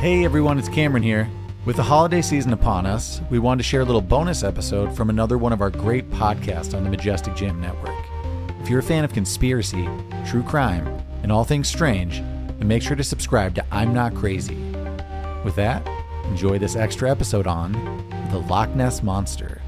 Hey everyone, it's Cameron here. With the holiday season upon us, we wanted to share a little bonus episode from another one of our great podcasts on the Majestic Jam Network. If you're a fan of conspiracy, true crime, and all things strange, then make sure to subscribe to I'm Not Crazy. With that, enjoy this extra episode on The Loch Ness Monster.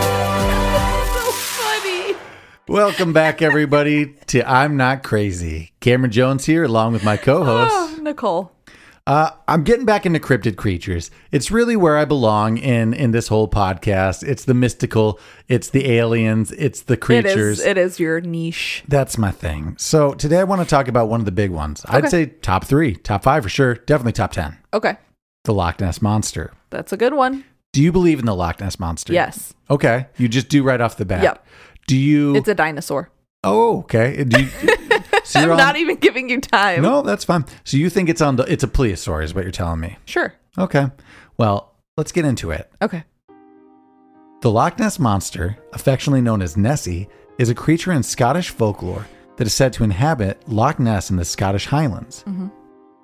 so funny. Welcome back, everybody, to I'm Not Crazy. Cameron Jones here, along with my co host. Oh, Nicole. Uh, I'm getting back into cryptid creatures. It's really where I belong in in this whole podcast. It's the mystical, it's the aliens, it's the It creatures. is, it is your niche. That's my thing. So today I want to talk about one of the big ones. I'd say top three, top five for sure, definitely top ten. Okay. The Loch Ness monster. That's a good one. Do you believe in the Loch Ness monster? Yes. Okay, you just do right off the bat. Yep. Do you? It's a dinosaur. oh, okay. Do you, so I'm you're on- not even giving you time. no, that's fine. So you think it's on? The, it's a plesiosaur, is what you're telling me. Sure. Okay. Well, let's get into it. Okay. The Loch Ness Monster, affectionately known as Nessie, is a creature in Scottish folklore that is said to inhabit Loch Ness in the Scottish Highlands. Mm-hmm.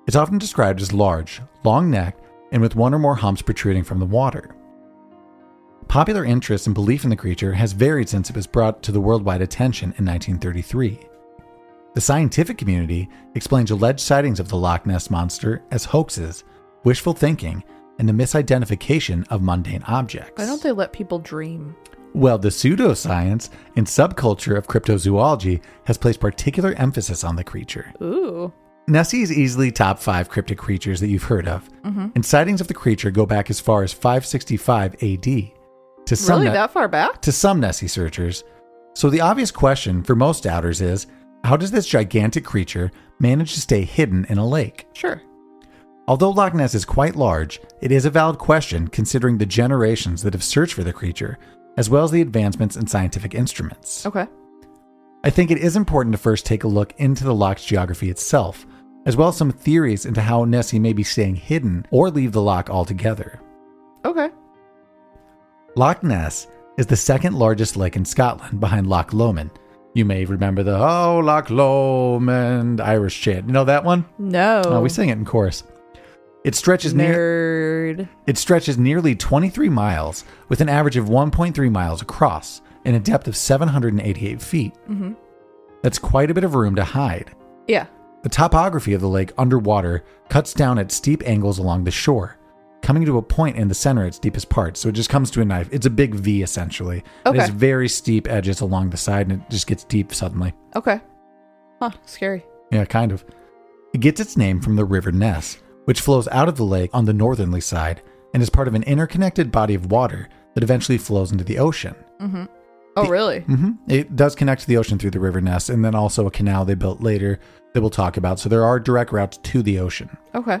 It's often described as large, long necked, and with one or more humps protruding from the water. Popular interest and belief in the creature has varied since it was brought to the worldwide attention in 1933. The scientific community explains alleged sightings of the Loch Ness monster as hoaxes, wishful thinking, and the misidentification of mundane objects. Why don't they let people dream? Well, the pseudoscience and subculture of cryptozoology has placed particular emphasis on the creature. Ooh. Nessie is easily top five cryptic creatures that you've heard of, Mm-hmm. and sightings of the creature go back as far as 565 AD. To some, Really Ne- that far back? to some Nessie searchers. So the obvious question for most doubters is how does this gigantic creature manage to stay hidden in a lake? Sure. Although Loch Ness is quite large, it is a valid question considering the generations that have searched for the creature, as well as the advancements in scientific instruments. Okay. I think it is important to first take a look into the loch's geography itself, as well as some theories into how Nessie may be staying hidden or leave the loch altogether. Okay. Loch Ness is the second largest lake in Scotland behind Loch Lomond. You may remember the Oh Loch Lomond Irish chant. You know that one? No. Oh, we sing it in chorus. It stretches near Nerd. It stretches nearly 23 miles, with an average of 1.3 miles across, and a depth of 788 feet. Mhm. That's quite a bit of room to hide. Yeah. The topography of the lake underwater cuts down at steep angles along the shore, coming to a point in the center at its deepest part. So it just comes to a knife. It's a big V, essentially. It has Okay. very steep edges along the side, and it just gets deep suddenly. Okay. Huh. Scary. Yeah, kind of. It gets its name from the River Ness, which flows out of the lake on the northerly side and is part of an interconnected body of water that eventually flows into the ocean. Oh, really? hmm It does connect to the ocean through the River Ness and then also a canal they built later that we'll talk about. So there are direct routes to the ocean. Okay.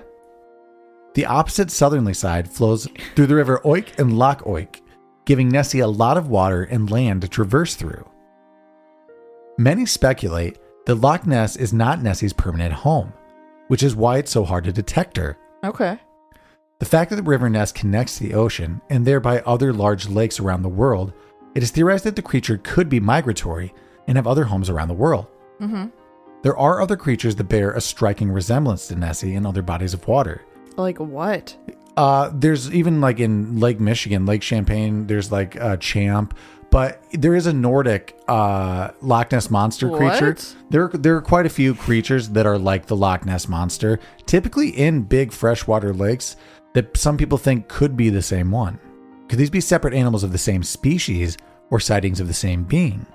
The opposite southerly side flows through the River Oik and Loch Oik, giving Nessie a lot of water and land to traverse through. Many speculate that Loch Ness is not Nessie's permanent home, which is why it's so hard to detect her. Okay. The fact that the River Ness connects to the ocean and thereby other large lakes around the world, it is theorized that the creature could be migratory and have other homes around the world. Mhm. There are other creatures that bear a striking resemblance to Nessie in other bodies of water. Like what? Uh, there's even like in Lake Michigan, Lake Champagne, there's like a champ, but there is a Nordic uh, Loch Ness monster creature. What? There, there are quite a few creatures that are like the Loch Ness monster, typically in big freshwater lakes that some people think could be the same one. Could these be separate animals of the same species or sightings of the same being?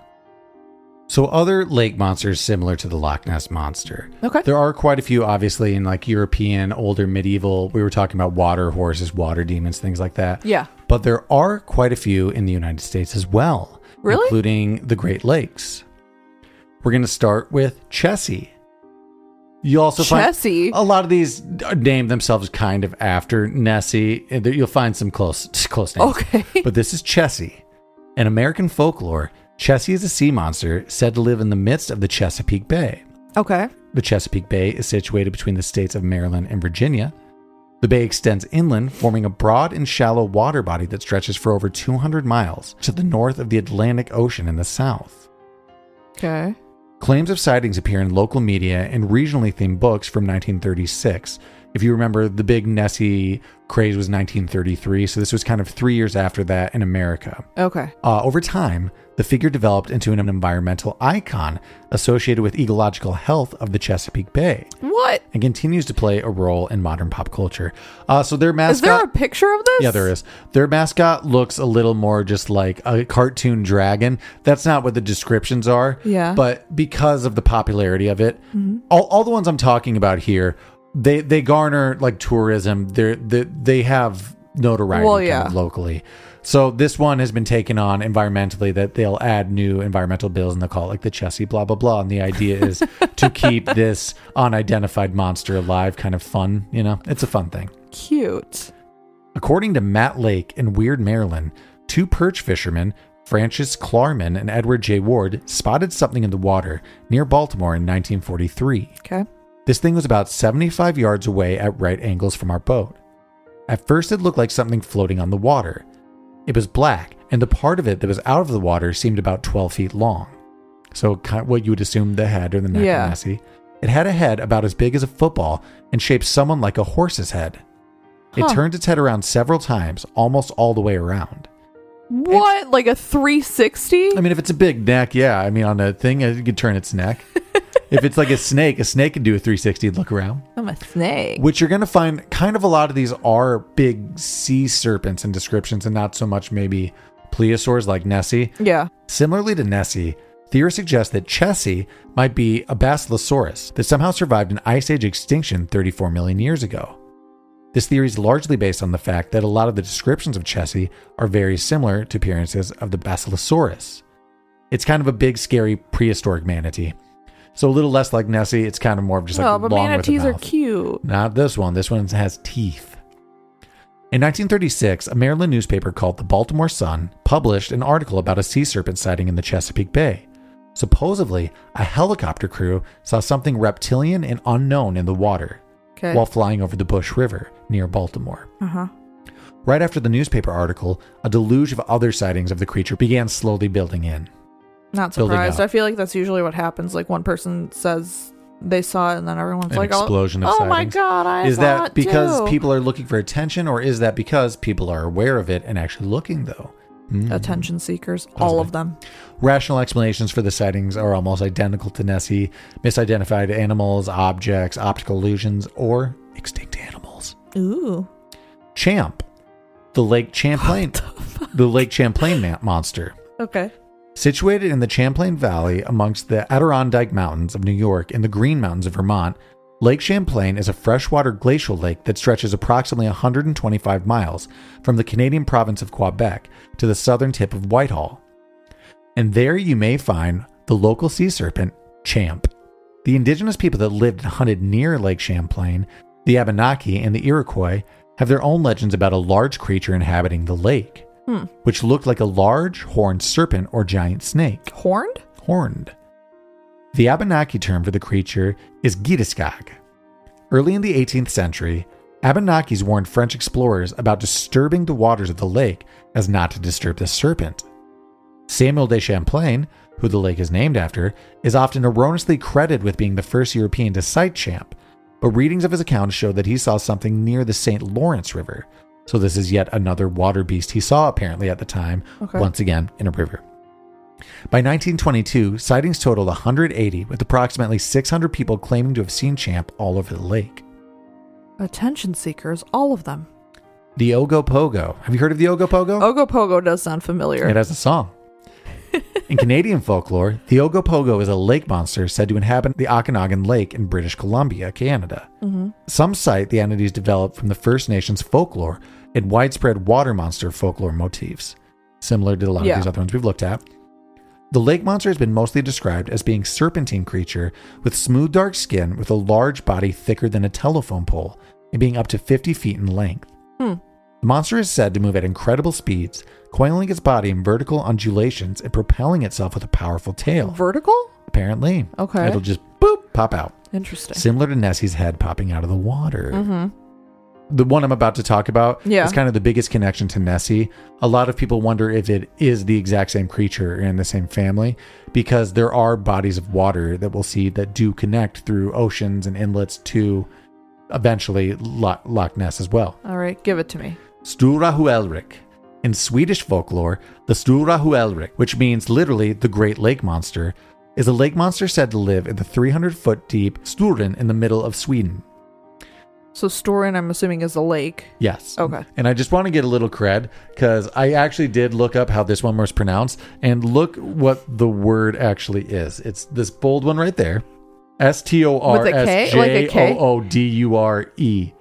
So, other lake monsters similar to the Loch Ness monster. Okay. There are quite a few, obviously, in like European, older medieval. We were talking about water horses, water demons, things like that. Yeah. But there are quite a few in the United States as well. Really? including the Great Lakes. We're going to start with Chessie. You also find Chessie. a lot of these name themselves kind of after Nessie. and there- You'll find some close close names. okay. Oh. But this is Chessie. In American folklore, Chessie is a sea monster said to live in the midst of the Chesapeake Bay. okay. The Chesapeake Bay is situated between the states of Maryland and Virginia. The bay extends inland, forming a broad and shallow water body that stretches for over 200 miles to the north of the Atlantic Ocean in the south. Okay. Claims of sightings appear in local media and regionally themed books from 1936. If you remember, the big Nessie craze was 1933, so this was kind of three years after that in America. Okay. Uh, over time, the figure developed into an environmental icon associated with ecological health of the Chesapeake Bay What? and continues to play a role in modern pop culture. Uh, so their mascot. Is there a picture of this? yeah, there is. Their mascot looks a little more just like a cartoon dragon. That's not what the descriptions are. Yeah. Mm-hmm. But because of the popularity of it, all, all the ones I'm talking about here, they they garner like tourism. They're, they they have notoriety Well, kind yeah. of locally. So this one has been taken on environmentally that they'll add new environmental bills and they'll call it like the Chessie blah blah blah. And the idea is to keep this unidentified monster alive, kind of fun. You know, it's a fun thing. Cute. According to Matt Lake in Weird, Maryland, two perch fishermen, Francis Klarman and Edward J. Ward, spotted something in the water near Baltimore in 1943. Okay. This thing was about 75 yards away at right angles from our boat. At first, it looked like something floating on the water. It was black, and the part of it that was out of the water seemed about 12 feet long. So, kind what you would assume the head or the neck Yeah. of Nessie. It had a head about as big as a football and shaped someone like a horse's head. It Huh. turned its head around several times, almost all the way around. What? like a 360? I mean, if it's a big neck, yeah. I mean, on a thing, it could turn its neck. if it's like a snake, a snake can do a 360 look around. I'm a snake. Which you're going to find kind of a lot of these are big sea serpents in descriptions and not so much maybe plesiosaurs like Nessie. yeah. Similarly to Nessie, theorists suggest that Chessie might be a Basilosaurus that somehow survived an Ice Age extinction 34 million years ago. This theory is largely based on the fact that a lot of the descriptions of Chessie are very similar to appearances of the Basilosaurus. It's kind of a big, scary prehistoric manatee. So a little less like Nessie, it's kind of more of just like oh, but long manatees with a are mouth. cute. Not this one. This one has teeth. In 1936, a Maryland newspaper called the Baltimore Sun published an article about a sea serpent sighting in the Chesapeake Bay. Supposedly, a helicopter crew saw something reptilian and unknown in the water Okay. while flying over the Bush River near Baltimore. uh huh. Right after the newspaper article, a deluge of other sightings of the creature began slowly building in. Not building surprised. up. I feel like that's usually what happens. Like one person says they saw it, and then everyone's An like, explosion "Oh, of oh my sightings. god, I is saw that it because too." people are looking for attention, or is that because people are aware of it and actually looking, though? Hmm. attention seekers, all of them. Rational explanations for the sightings are almost identical to Nessie misidentified animals, objects, optical illusions, or extinct animals. Ooh. Champ, the Lake Champlain, the Lake Champlain ma- monster. Okay. Situated in the Champlain Valley amongst the Adirondack Mountains of New York and the Green Mountains of Vermont, Lake Champlain is a freshwater glacial lake that stretches approximately 125 miles from the Canadian province of Quebec to the southern tip of Whitehall. And there you may find the local sea serpent, Champ. The indigenous people that lived and hunted near Lake Champlain, the Abenaki and the Iroquois, have their own legends about a large creature inhabiting the lake Hmm. which looked like a large horned serpent or giant snake, Horned? horned. The Abenaki term for the creature is Gitaskag. Early in the 18th century, Abenakis warned French explorers about disturbing the waters of the lake as not to disturb the serpent. Samuel de Champlain, who the lake is named after, is often erroneously credited with being the first European to sight Champ, but readings of his accounts show that he saw something near the St. Lawrence River. So, this is yet another water beast he saw apparently at the time, Okay. once again in a river. By 1922, sightings totaled 180, with approximately 600 people claiming to have seen Champ all over the lake. Attention seekers, all of them. The Ogopogo. Have you heard of the Ogopogo? Oh, Ogopogo does sound familiar. It has a song. in Canadian folklore, the Ogopogo is a lake monster said to inhabit the Okanagan Lake in British Columbia, Canada. Mm-hmm. Some cite the entities developed from the First Nations folklore and widespread water monster folklore motifs, similar to a lot of Yeah. these other ones we've looked at. The lake monster has been mostly described as being serpentine creature with smooth dark skin with a large body thicker than a telephone pole and being up to 50 feet in length. Hmm. The monster is said to move at incredible speeds, coiling its body in vertical undulations and propelling itself with a powerful tail. Vertical? Apparently, Okay. it'll just boop pop out, Interesting. similar to Nessie's head popping out of the water hmm the one I'm about to talk about Yeah. is kind of the biggest connection to Nessie. A lot of people wonder if it is the exact same creature in the same family because there are bodies of water that we'll see that do connect through oceans and inlets to eventually Lo- Loch Ness as well. All right, give it to me. Stura-Huelrik. In Swedish folklore, the Stura-Huelrik, which means literally the Great Lake Monster, is a lake monster said to live in the 300 foot deep Sturen in the middle of Sweden. So Storin, I'm assuming, is a lake. Yes. Okay. And I just want to get a little cred because I actually did look up how this one was pronounced and look what the word actually is. It's this bold one right there S T O R S K? Like a J K? O O D U R E.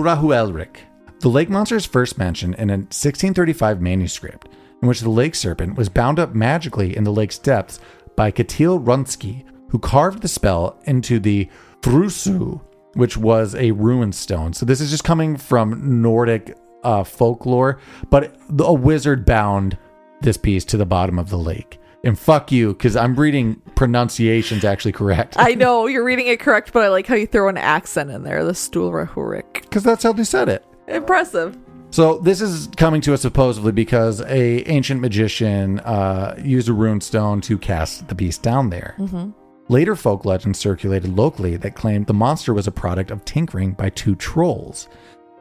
Stura-Huelrik. The lake monster is first mentioned in a 1635 manuscript in which the lake serpent was bound up magically in the lake's depths by Katil Runsky, who carved the spell into the Thrusu, which was a ruin stone. So this is just coming from Nordic uh, folklore, but the- a wizard bound this piece to the bottom of the lake. And fuck you, because I'm reading pronunciations actually correct. I know you're reading it correct, but I like how you throw an accent in there. The Stulrahurik. Because that's how they said it. Impressive. So this is coming to us supposedly because a ancient magician uh, used a rune stone to cast the beast down there. Mm-hmm. Later folk legends circulated locally that claimed the monster was a product of tinkering by two trolls,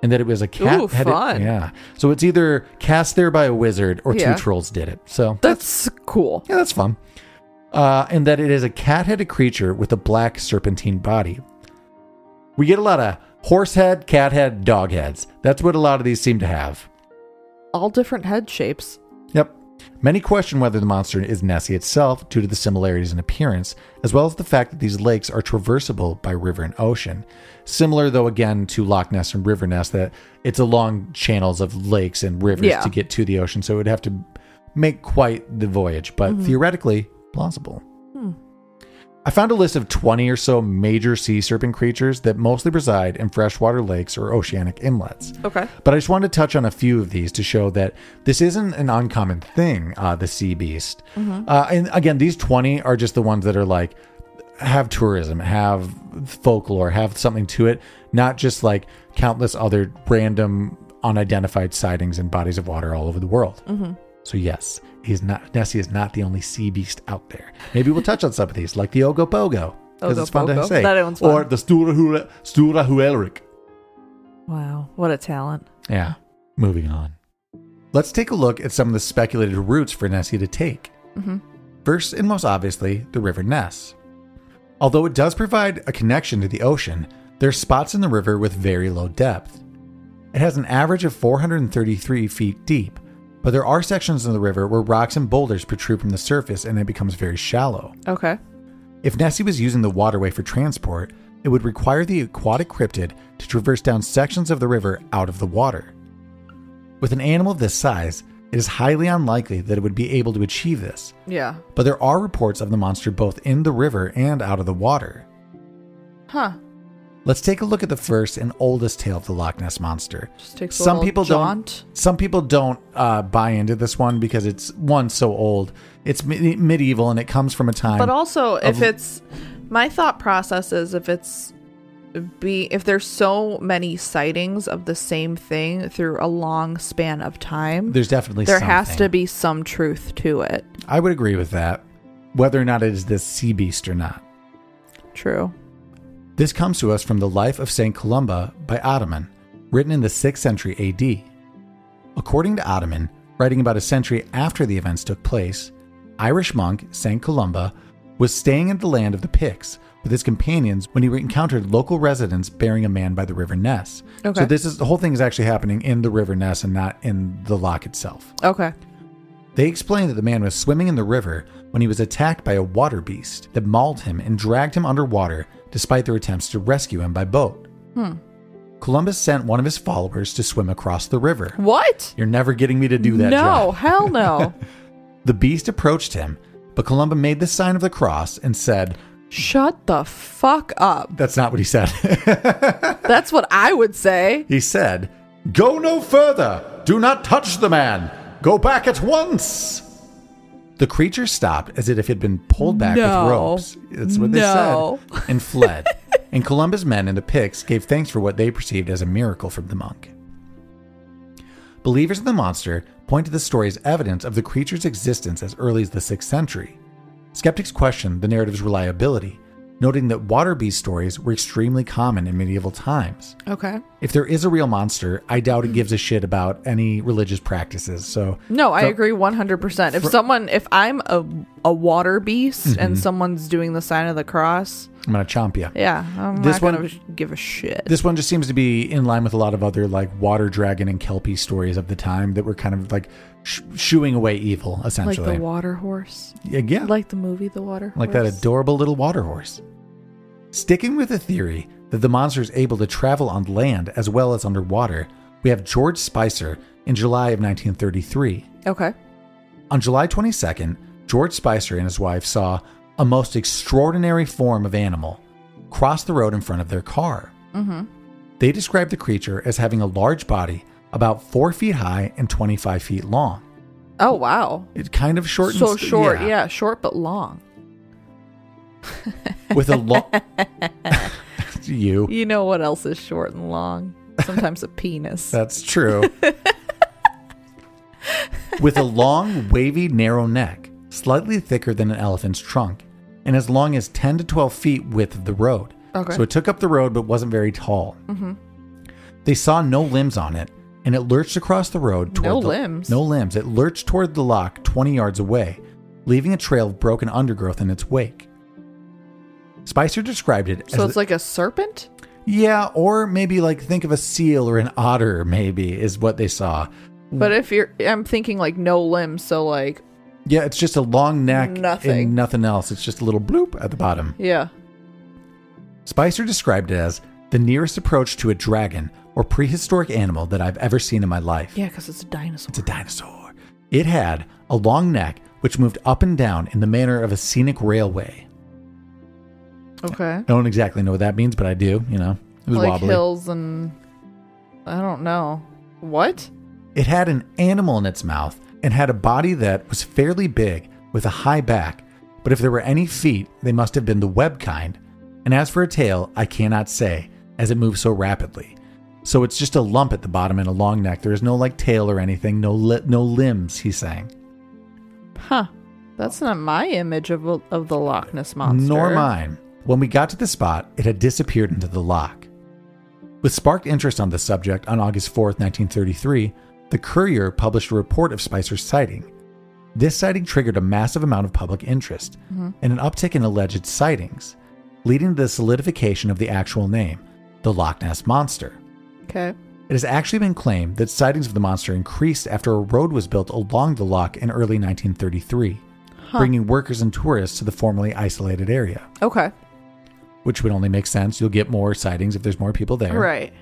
and that it was a cat. Ooh, headed- fun. Yeah. So it's either cast there by a wizard or Yeah. two trolls did it. So That's cool. yeah, that's fun. Uh, and that it is a cat headed creature with a black serpentine body. We get a lot of horse head, cat head, dog heads. That's what a lot of these seem to have. All different head shapes. Yep. Many question whether the monster is Nessie itself due to the similarities in appearance, as well as the fact that these lakes are traversable by river and ocean. Similar, though, again, to Loch Ness and River Ness, that it's along channels of lakes and rivers Yeah. to get to the ocean, so it would have to make quite the voyage, but theoretically plausible. Mm-hmm. Hmm. I found a list of 20 or so major sea serpent creatures that mostly reside in freshwater lakes or oceanic inlets. Okay. But I just wanted to touch on a few of these to show that this isn't an uncommon thing, uh, the sea beast. Mm-hmm. Uh, and again, these 20 are just the ones that are like, have tourism, have folklore, have something to it, not just like countless other random unidentified sightings in bodies of water all over the world. Mm-hmm. So yes, he is not Nessie is not the only sea beast out there. Maybe we'll touch on some of these, like the Ogopogo, because it's fun to Ogopogo. say, That one's fun. or the Stura Huelric. Wow. What a talent. Yeah. Moving on. Let's take a look at some of the speculated routes for Nessie to take. Mhm. First and most obviously, the River Ness. Although it does provide a connection to the ocean, there are spots in the river with very low depth. It has an average of 433 feet deep, but there are sections in the river where rocks and boulders protrude from the surface and it becomes very shallow. Okay. If Nessie was using the waterway for transport, it would require the aquatic cryptid to traverse down sections of the river out of the water. With an animal of this size, it is highly unlikely that it would be able to achieve this, Yeah. but there are reports of the monster both in the river and out of the water. Huh. Let's take a look at the first and oldest tale of the Loch Ness monster. Just takes a Some little people jaunt. don't. Some people don't uh, buy into this one because it's one so old. It's me- medieval and it comes from a time. But also, if of- it's my thought process is if it's be if there's so many sightings of the same thing through a long span of time, there's definitely there has something. to be some truth to it. I would agree with that, whether or not it is this sea beast or not. True. This comes to us from the Life of St. Columba by Ottoman, written in the 6th century AD. According to Ottoman, writing about a century after the events took place, Irish monk St. Columba was staying in the land of the Picts with his companions when he encountered local residents bearing a man by the River Ness. Okay. So this is the whole thing is actually happening in the River Ness and not in the lock itself. Okay. They explained that the man was swimming in the river when he was attacked by a water beast that mauled him and dragged him underwater despite their attempts to rescue him by boat. Hmm. Columbus sent one of his followers to swim across the river. What? You're never getting me to do that. no, John. hell no. The beast approached him, But Columba made the sign of the cross and said, Shut the fuck up. That's not what he said. That's what I would say. he said, Go no further! Do not touch the man! Go back at once! The creature stopped as if it had been pulled back No. with ropes. That's what No. they said. And fled. and Columba's men and the Picts gave thanks for what they perceived as a miracle from the monk. Believers in the monster point to the story as evidence of the creature's existence as early as the 6th century. Skeptics question the narrative's reliability, noting that water beast stories were extremely common in medieval times. Okay. If there is a real monster, I doubt it Hmm. gives a shit about any religious practices. So No, I So- agree 100%. If someone, if I'm a, a water beast Mm-hmm. and someone's doing the sign of the cross, I'm gonna chomp you. yeah, I'm This not going one- to give a shit. This one just seems to be in line with a lot of other like water dragon and kelpie stories of the time that were kind of like sh- shooing away evil, like essentially. the water horse. yeah, yeah. like, Like the movie The Water Horse. that adorable little water horse. Sticking with the theory that the monster is able to travel on land as well as underwater, we have George Spicer in July of 1933. Okay. On July 22nd, George Spicer and his wife saw a most extraordinary form of animal cross the road in front of their car. Mm-hmm. They described the creature as having a large body, about four feet high and 25 feet long. Oh, wow. It kind of short and so short. Yeah. short but long. with a long. you. You know what else is short and long? Sometimes a penis. That's true. With a long, wavy, narrow neck, slightly thicker than an elephant's trunk, and as long as 10 to 12 feet width of the road. Okay. So it took up the road but wasn't very tall. Mm-hmm. They saw no limbs on it, and it lurched across the road toward No the, limbs? No limbs. It lurched toward the lock 20 yards away, leaving a trail of broken undergrowth in its wake. Spicer described it so as it's like a serpent? yeah, or maybe like think of a seal or an otter, maybe is what they saw. But if you're, I'm thinking like no limbs, so like, Yeah, it's just a long neck Nothing. and nothing else. It's just a little bloop at the bottom. yeah. Spicer described it as the nearest approach to a dragon or prehistoric animal that I've ever seen in my life. Yeah, because it's a dinosaur. It's a dinosaur. It had a long neck which moved up and down in the manner of a scenic railway. okay. I don't exactly know what that means, but I do, you know. It was Like wobbly. hills and, I don't know. What? It had an animal in its mouth and had a body that was fairly big with a high back, but if there were any feet, they must have been the web kind. And as for a tail, I cannot say, as it moves so rapidly. So it's just a lump at the bottom and a long neck. There is no like tail or anything, no li- no limbs, he's saying. Huh. That's not my image of, of the Loch Ness Monster. Nor mine. When we got to the spot, it had disappeared into the lock. With sparked interest on the subject, on August 4th, 1933, the Courier published a report of Spicer's sighting. This sighting triggered a massive amount of public interest Mm-hmm. and an uptick in alleged sightings, leading to the solidification of the actual name, the Loch Ness Monster. Okay. It has actually been claimed that sightings of the monster increased after a road was built along the loch in early 1933, Huh. bringing workers and tourists to the formerly isolated area Okay. which would only make sense. You'll get more sightings if there's more people there. Right.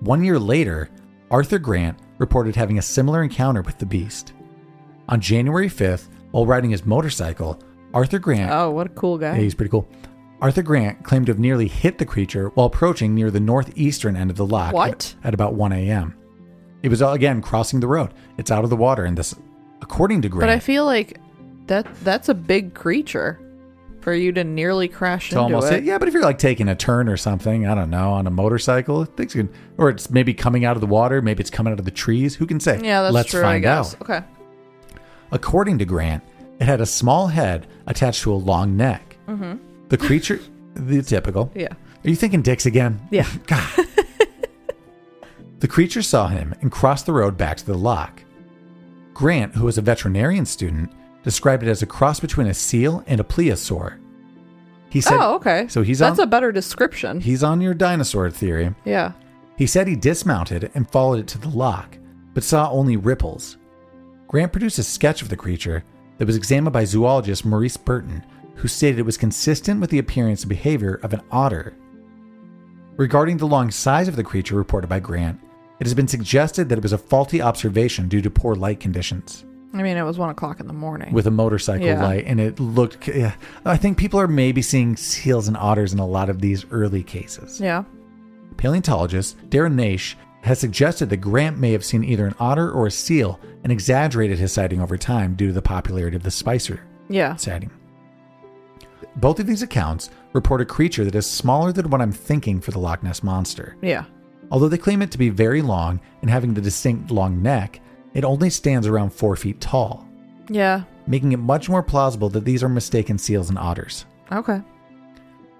One year later, Arthur Grant reported having a similar encounter with the beast. On January 5th, while riding his motorcycle, Arthur Grant, Oh, what a cool guy. yeah, he's pretty cool. Arthur Grant claimed to have nearly hit the creature while approaching near the northeastern end of the lock What? At, at about 1 a.m. It was uh, again crossing the road. It's out of the water, and this, according to Grant, But I feel like that that's a big creature for you to nearly crash It's into almost it. it. Yeah, but if you're like taking a turn or something, I don't know, on a motorcycle, things can, or it's maybe coming out of the water, maybe it's coming out of the trees. Who can say? Yeah, that's Let's true, find I guess. out. Okay. According to Grant, it had a small head attached to a long neck. Mm-hmm. The creature, the typical. Yeah. Are you thinking dicks again? Yeah. God. the creature saw him and crossed the road back to the lock. Grant, who was a veterinarian student, described it as a cross between a seal and a plesiosaur. He said, oh, okay. so he's That's on- a better description. He's on your dinosaur theory. yeah. He said he dismounted and followed it to the lock, but saw only ripples. Grant produced a sketch of the creature that was examined by zoologist Maurice Burton, who stated it was consistent with the appearance and behavior of an otter. Regarding the long size of the creature reported by Grant, it has been suggested that it was a faulty observation due to poor light conditions. I mean, it was one o'clock in the morning. with a motorcycle Yeah. light, and it looked. Yeah, I think people are maybe seeing seals and otters in a lot of these early cases. yeah. Paleontologist Darren Naish has suggested that Grant may have seen either an otter or a seal and exaggerated his sighting over time due to the popularity of the Spicer Yeah. sighting. Both of these accounts report a creature that is smaller than what I'm thinking for the Loch Ness monster. Yeah. Although they claim it to be very long and having the distinct long neck, it only stands around four feet tall, Yeah. making it much more plausible that these are mistaken seals and otters. Okay.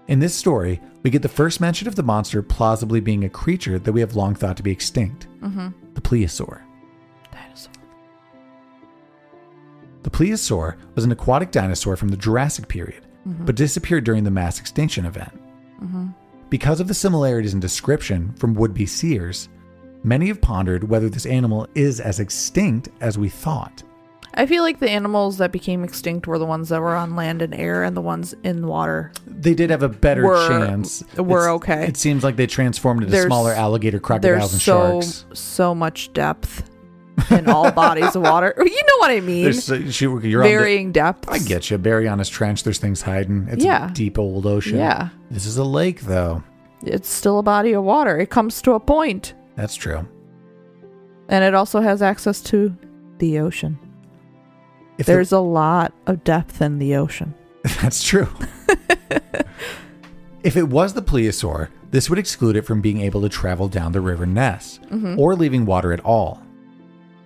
In this story, we get the first mention of the monster plausibly being a creature that we have long thought to be extinct Mm-hmm. the plesiosaur. Dinosaur. The plesiosaur was an aquatic dinosaur from the Jurassic period, Mm-hmm. but disappeared during the mass extinction event. Because of the similarities in description from would be seers, many have pondered whether this animal is as extinct as we thought. I feel like the animals that became extinct were the ones that were on land and air, and the ones in water. They did have a better We're- chance. we're It's- okay. It seems like they transformed into There's- smaller alligator crocodiles There's and so sharks. so much depth in all bodies of water. You know what I mean? There's, uh, shoot, you're on the- Varying depths. I get you. Barry on his trench. There's things hiding. It's Yeah. a deep old ocean. Yeah. This is a lake, though. It's still a body of water. It comes to a point, That's true. and it also has access to the ocean. If the- There's a lot of depth in the ocean. That's true. if it was the plesiosaur, this would exclude it from being able to travel down the river Ness or leaving water at all.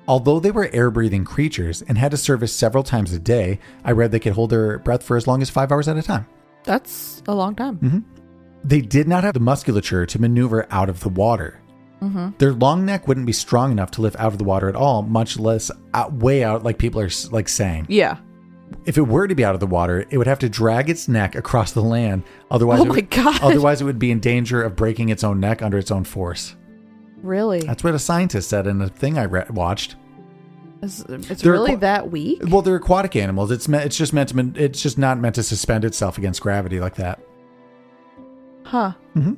Although they were air breathing creatures and had to service several times a day, I read they could hold their breath for as long as five hours at a time. Mm-hmm. That's a long time. They did not have the musculature to maneuver out of the water. Mm-hmm. Their long neck wouldn't be strong enough to lift out of the water at all, much less out, way out, like people are s- like saying. Yeah. If it were to be out of the water, it would have to drag its neck across the land. Otherwise, Oh it my would- God. Otherwise, it would be in danger of breaking its own neck under its own force. Really? That's what a scientist said in a thing I re- watched. It's, it's They're really aqua- that weak? Well, they're aquatic animals. It's me- it's just meant to. men- It's just not meant to suspend itself against gravity like that. Mm-hmm. Huh.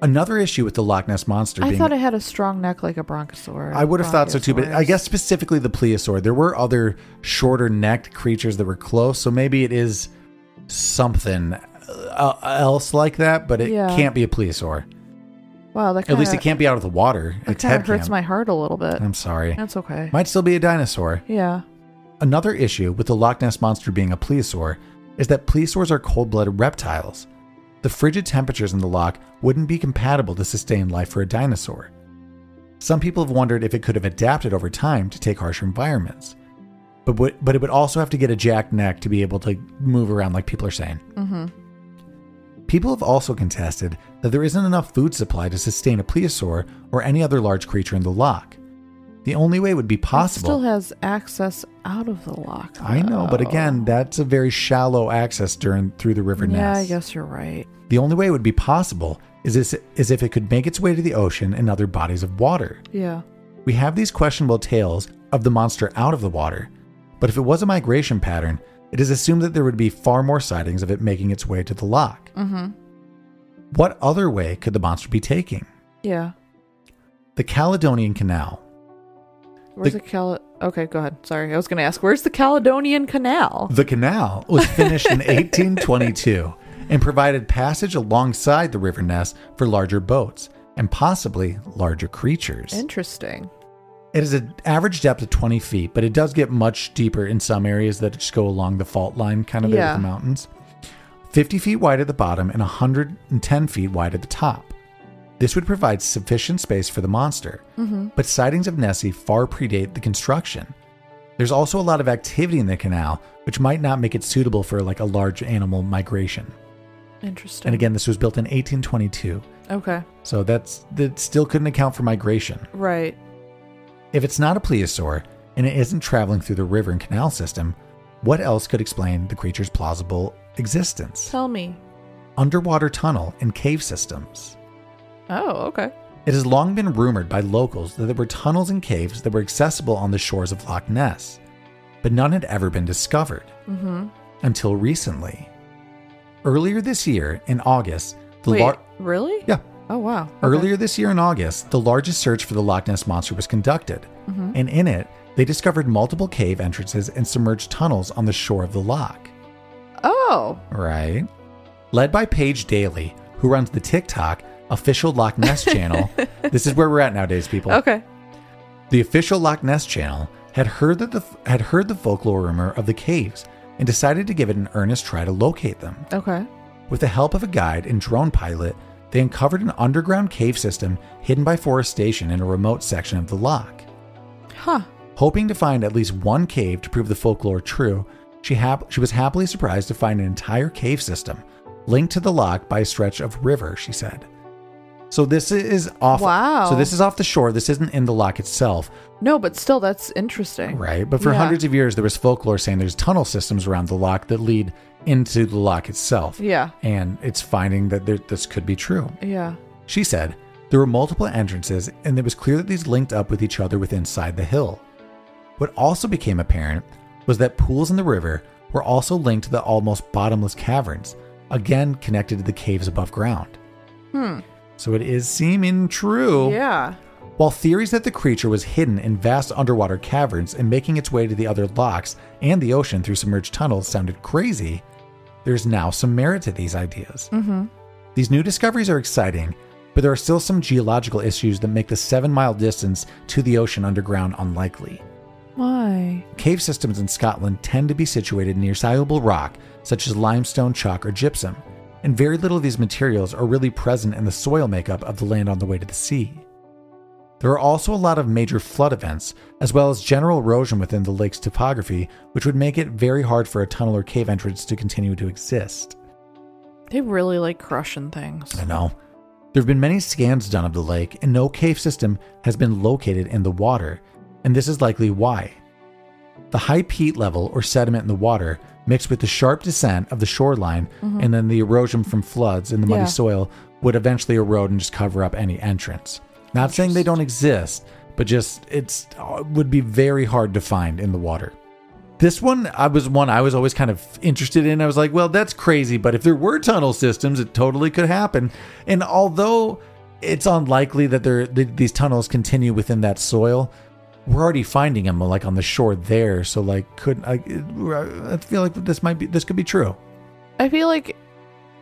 Another issue with the Loch Ness monster. I being thought it had a strong neck like a bronchosaur. I would have thought so too, but I bronchiosaurus. guess specifically the plesiosaur. There were other shorter necked creatures that were close, so maybe it is something uh, else like that, but it Yeah. can't be a plesiosaur. Wow, that At least it can't be out of the water. It Its kind head of hurts can't. my heart a little bit. I'm sorry. That's okay. Might still be a dinosaur. yeah. Another issue with the Loch Ness monster being a plesiosaur is that plesiosaurs are cold-blooded reptiles. The frigid temperatures in the loch wouldn't be compatible to sustain life for a dinosaur. Some people have wondered if it could have adapted over time to take harsher environments. But would, but it would also have to get a jacked neck to be able to move around like people are saying. Mm-hmm. People have also contested that there isn't enough food supply to sustain a plesiosaur or any other large creature in the loch. The only way would be possible. It still has access out of the lock. I know, but though. again, that's a very shallow access during through the river Yeah, Ness. I guess you're right. The only way it would be possible is this, is if it could make its way to the ocean and other bodies of water. Yeah. We have these questionable tales of the monster out of the water, but if it was a migration pattern, it is assumed that there would be far more sightings of it making its way to the loch. Mm-hmm. What other way could the monster be taking? Yeah. The Caledonian Canal. Where's the, Cal? Okay, go ahead. Sorry, I was going to ask. Where's the Caledonian Canal? The canal was finished in 1822 and provided passage alongside the River Ness for larger boats and possibly larger creatures. Interesting. It is an average depth of 20 feet, but it does get much deeper in some areas that just go along the fault line kind of Yeah. of the mountains. 50 feet wide at the bottom and 110 feet wide at the top. This would provide sufficient space for the monster, but sightings of Nessie far predate the construction. There's also a lot of activity in the canal, which might not make it suitable for like a large animal migration. Interesting. And again, this was built in 1822, Okay. so that's that still couldn't account for migration. Right. If it's not a plesiosaur and it isn't traveling through the river and canal system, what else could explain the creature's plausible existence? Tell me. Underwater tunnel and cave systems. Oh, okay. It has long been rumored by locals that there were tunnels and caves that were accessible on the shores of Loch Ness, but none had ever been discovered Mm-hmm. until recently. Earlier this year, in August, the Wait, lar- really? yeah, Oh, wow. Okay. Mm-hmm. Earlier this year in August, the largest search for the Loch Ness monster was conducted, and in it, they discovered multiple cave entrances and submerged tunnels on the shore of the loch. Oh, Right. Led by Paige Daly, who runs the TikTok official Loch Ness channel. this is where we're at nowadays, people. okay. The official Loch Ness channel had heard that the had heard the folklore rumor of the caves and decided to give it an earnest try to locate them. Okay. With the help of a guide and drone pilot, they uncovered an underground cave system hidden by forestation in a remote section of the loch. Huh. Hoping to find at least one cave to prove the folklore true, she, hap- she was happily surprised to find an entire cave system linked to the loch by a stretch of river, she said. So this is off Wow. So this is off the shore. This isn't in the loch itself, No, but still, that's interesting. right? But for Yeah. hundreds of years there was folklore saying there's tunnel systems around the loch that lead into the loch itself. Yeah. And it's finding that there, this could be true. Yeah. She said, There were multiple entrances, and it was clear that these linked up with each other with inside the hill. What also became apparent was that pools in the river were also linked to the almost bottomless caverns, again connected to the caves above ground. Hmm. So it is seeming true. Yeah. While theories that the creature was hidden in vast underwater caverns and making its way to the other locks and the ocean through submerged tunnels sounded crazy, there's now some merit to these ideas. Mm-hmm. These new discoveries are exciting, but there are still some geological issues that make the seven mile distance to the ocean underground unlikely. Why? Cave systems in Scotland tend to be situated near soluble rock, such as limestone, chalk, or gypsum, and very little of these materials are really present in the soil makeup of the land on the way to the sea. There are also a lot of major flood events, as well as general erosion within the lake's topography, which would make it very hard for a tunnel or cave entrance to continue to exist. They really like crushing things. I know. There have been many scans done of the lake, and no cave system has been located in the water, and this is likely why. The high peat level or sediment in the water, mixed with the sharp descent of the shoreline and then the erosion from floods in the muddy Yeah. soil, would eventually erode and just cover up any entrance. Not saying they don't exist, but just it's it would be very hard to find in the water. This one, I was one I was always kind of interested in. I was like, well, that's crazy, but if there were tunnel systems, it totally could happen. And although it's unlikely that there th- these tunnels continue within that soil, we're already finding them like on the shore there. So like, couldn't I? it- I feel like this might be this could be true. I feel like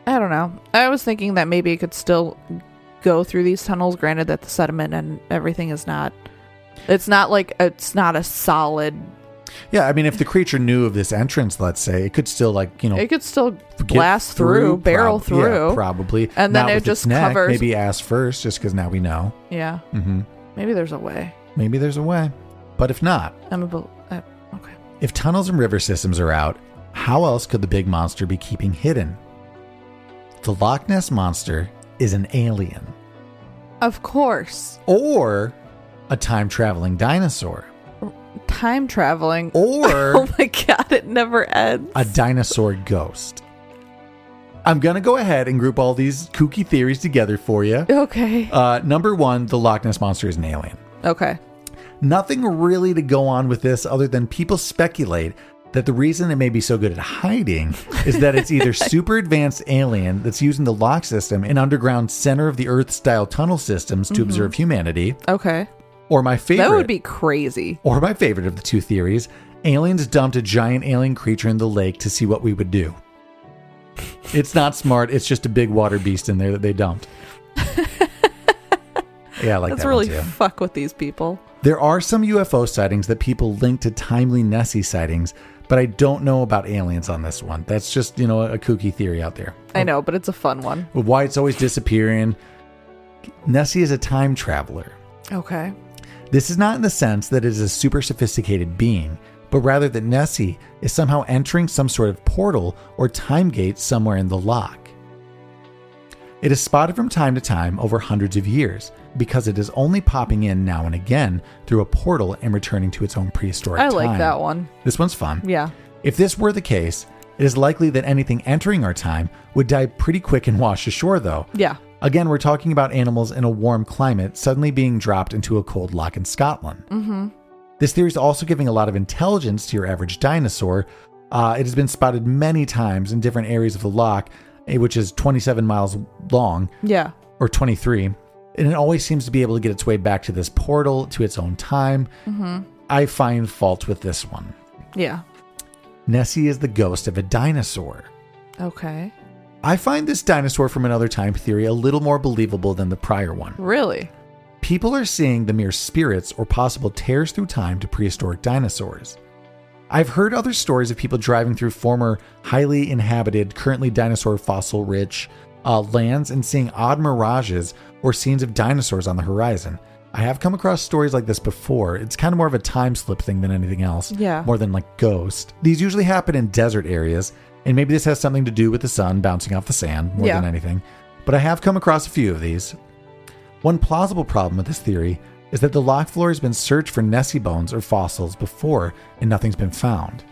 I don't know. I was thinking that maybe it could still go through these tunnels. Granted that the sediment and everything is not. It's not like it's not a solid. Yeah, I mean, if the creature knew of this entrance, let's say, it could still like you know It could still get blast through, prob- barrel yeah, through. probably, And then Not it with its just neck, covers- maybe ass first, just because now we know. yeah. hmm Maybe there's a way. Maybe there's a way, but if not, I'm a. bel- I, okay. If tunnels and river systems are out, how else could the big monster be keeping hidden? The Loch Ness monster is an alien Of course, or a time traveling dinosaur time traveling. or Oh my god! It never ends. a dinosaur ghost. I'm going to go ahead and group all these kooky theories together for you. okay. Uh, number one, the Loch Ness monster is an alien. Okay. Nothing really to go on with this other than people speculate that the reason it may be so good at hiding is that it's either super advanced alien that's using the lock system and underground center of the earth style tunnel systems to observe humanity, Okay. or my favorite Mm-hmm. That would be crazy. or my favorite of the two theories, aliens dumped a giant alien creature in the lake to see what we would do. It's not smart, it's just a big water beast in there that they dumped. Yeah, I like That's that really one too. fuck with these people. There are some UFO sightings that people link to timely Nessie sightings, but I don't know about aliens on this one. That's just, you know, a kooky theory out there. I know, but it's a fun one. Why it's always disappearing. Nessie is a time traveler. Okay. This is not in the sense that it is a super sophisticated being, but rather that Nessie is somehow entering some sort of portal or time gate somewhere in the lock. It is spotted from time to time over hundreds of years because it is only popping in now and again through a portal and returning to its own prehistoric I like time. that one. This one's fun. Yeah. If this were the case, it is likely that anything entering our time would die pretty quick and wash ashore, though. Yeah. Again, we're talking about animals in a warm climate suddenly being dropped into a cold lock in Scotland. Mm-hmm. This theory is also giving a lot of intelligence to your average dinosaur. Uh, it has been spotted many times in different areas of the lock, eh, which is 27 miles long Yeah. or 23, and it always seems to be able to get its way back to this portal to its own time. I find fault with this one. Yeah. Nessie is the ghost of a dinosaur. Okay. I find this dinosaur from another time theory a little more believable than the prior one. Really? People are seeing the mere spirits or possible tears through time to prehistoric dinosaurs. I've heard other stories of people driving through former, highly inhabited, currently dinosaur fossil rich uh, lands and seeing odd mirages or scenes of dinosaurs on the horizon. I have come across stories like this before. It's kind of more of a time slip thing than anything else, Yeah. more than like ghost. These usually happen in desert areas, and maybe this has something to do with the sun bouncing off the sand more Yeah. than anything. But I have come across a few of these. One plausible problem with this theory is that the loch floor has been searched for Nessie bones or fossils before and nothing's been found.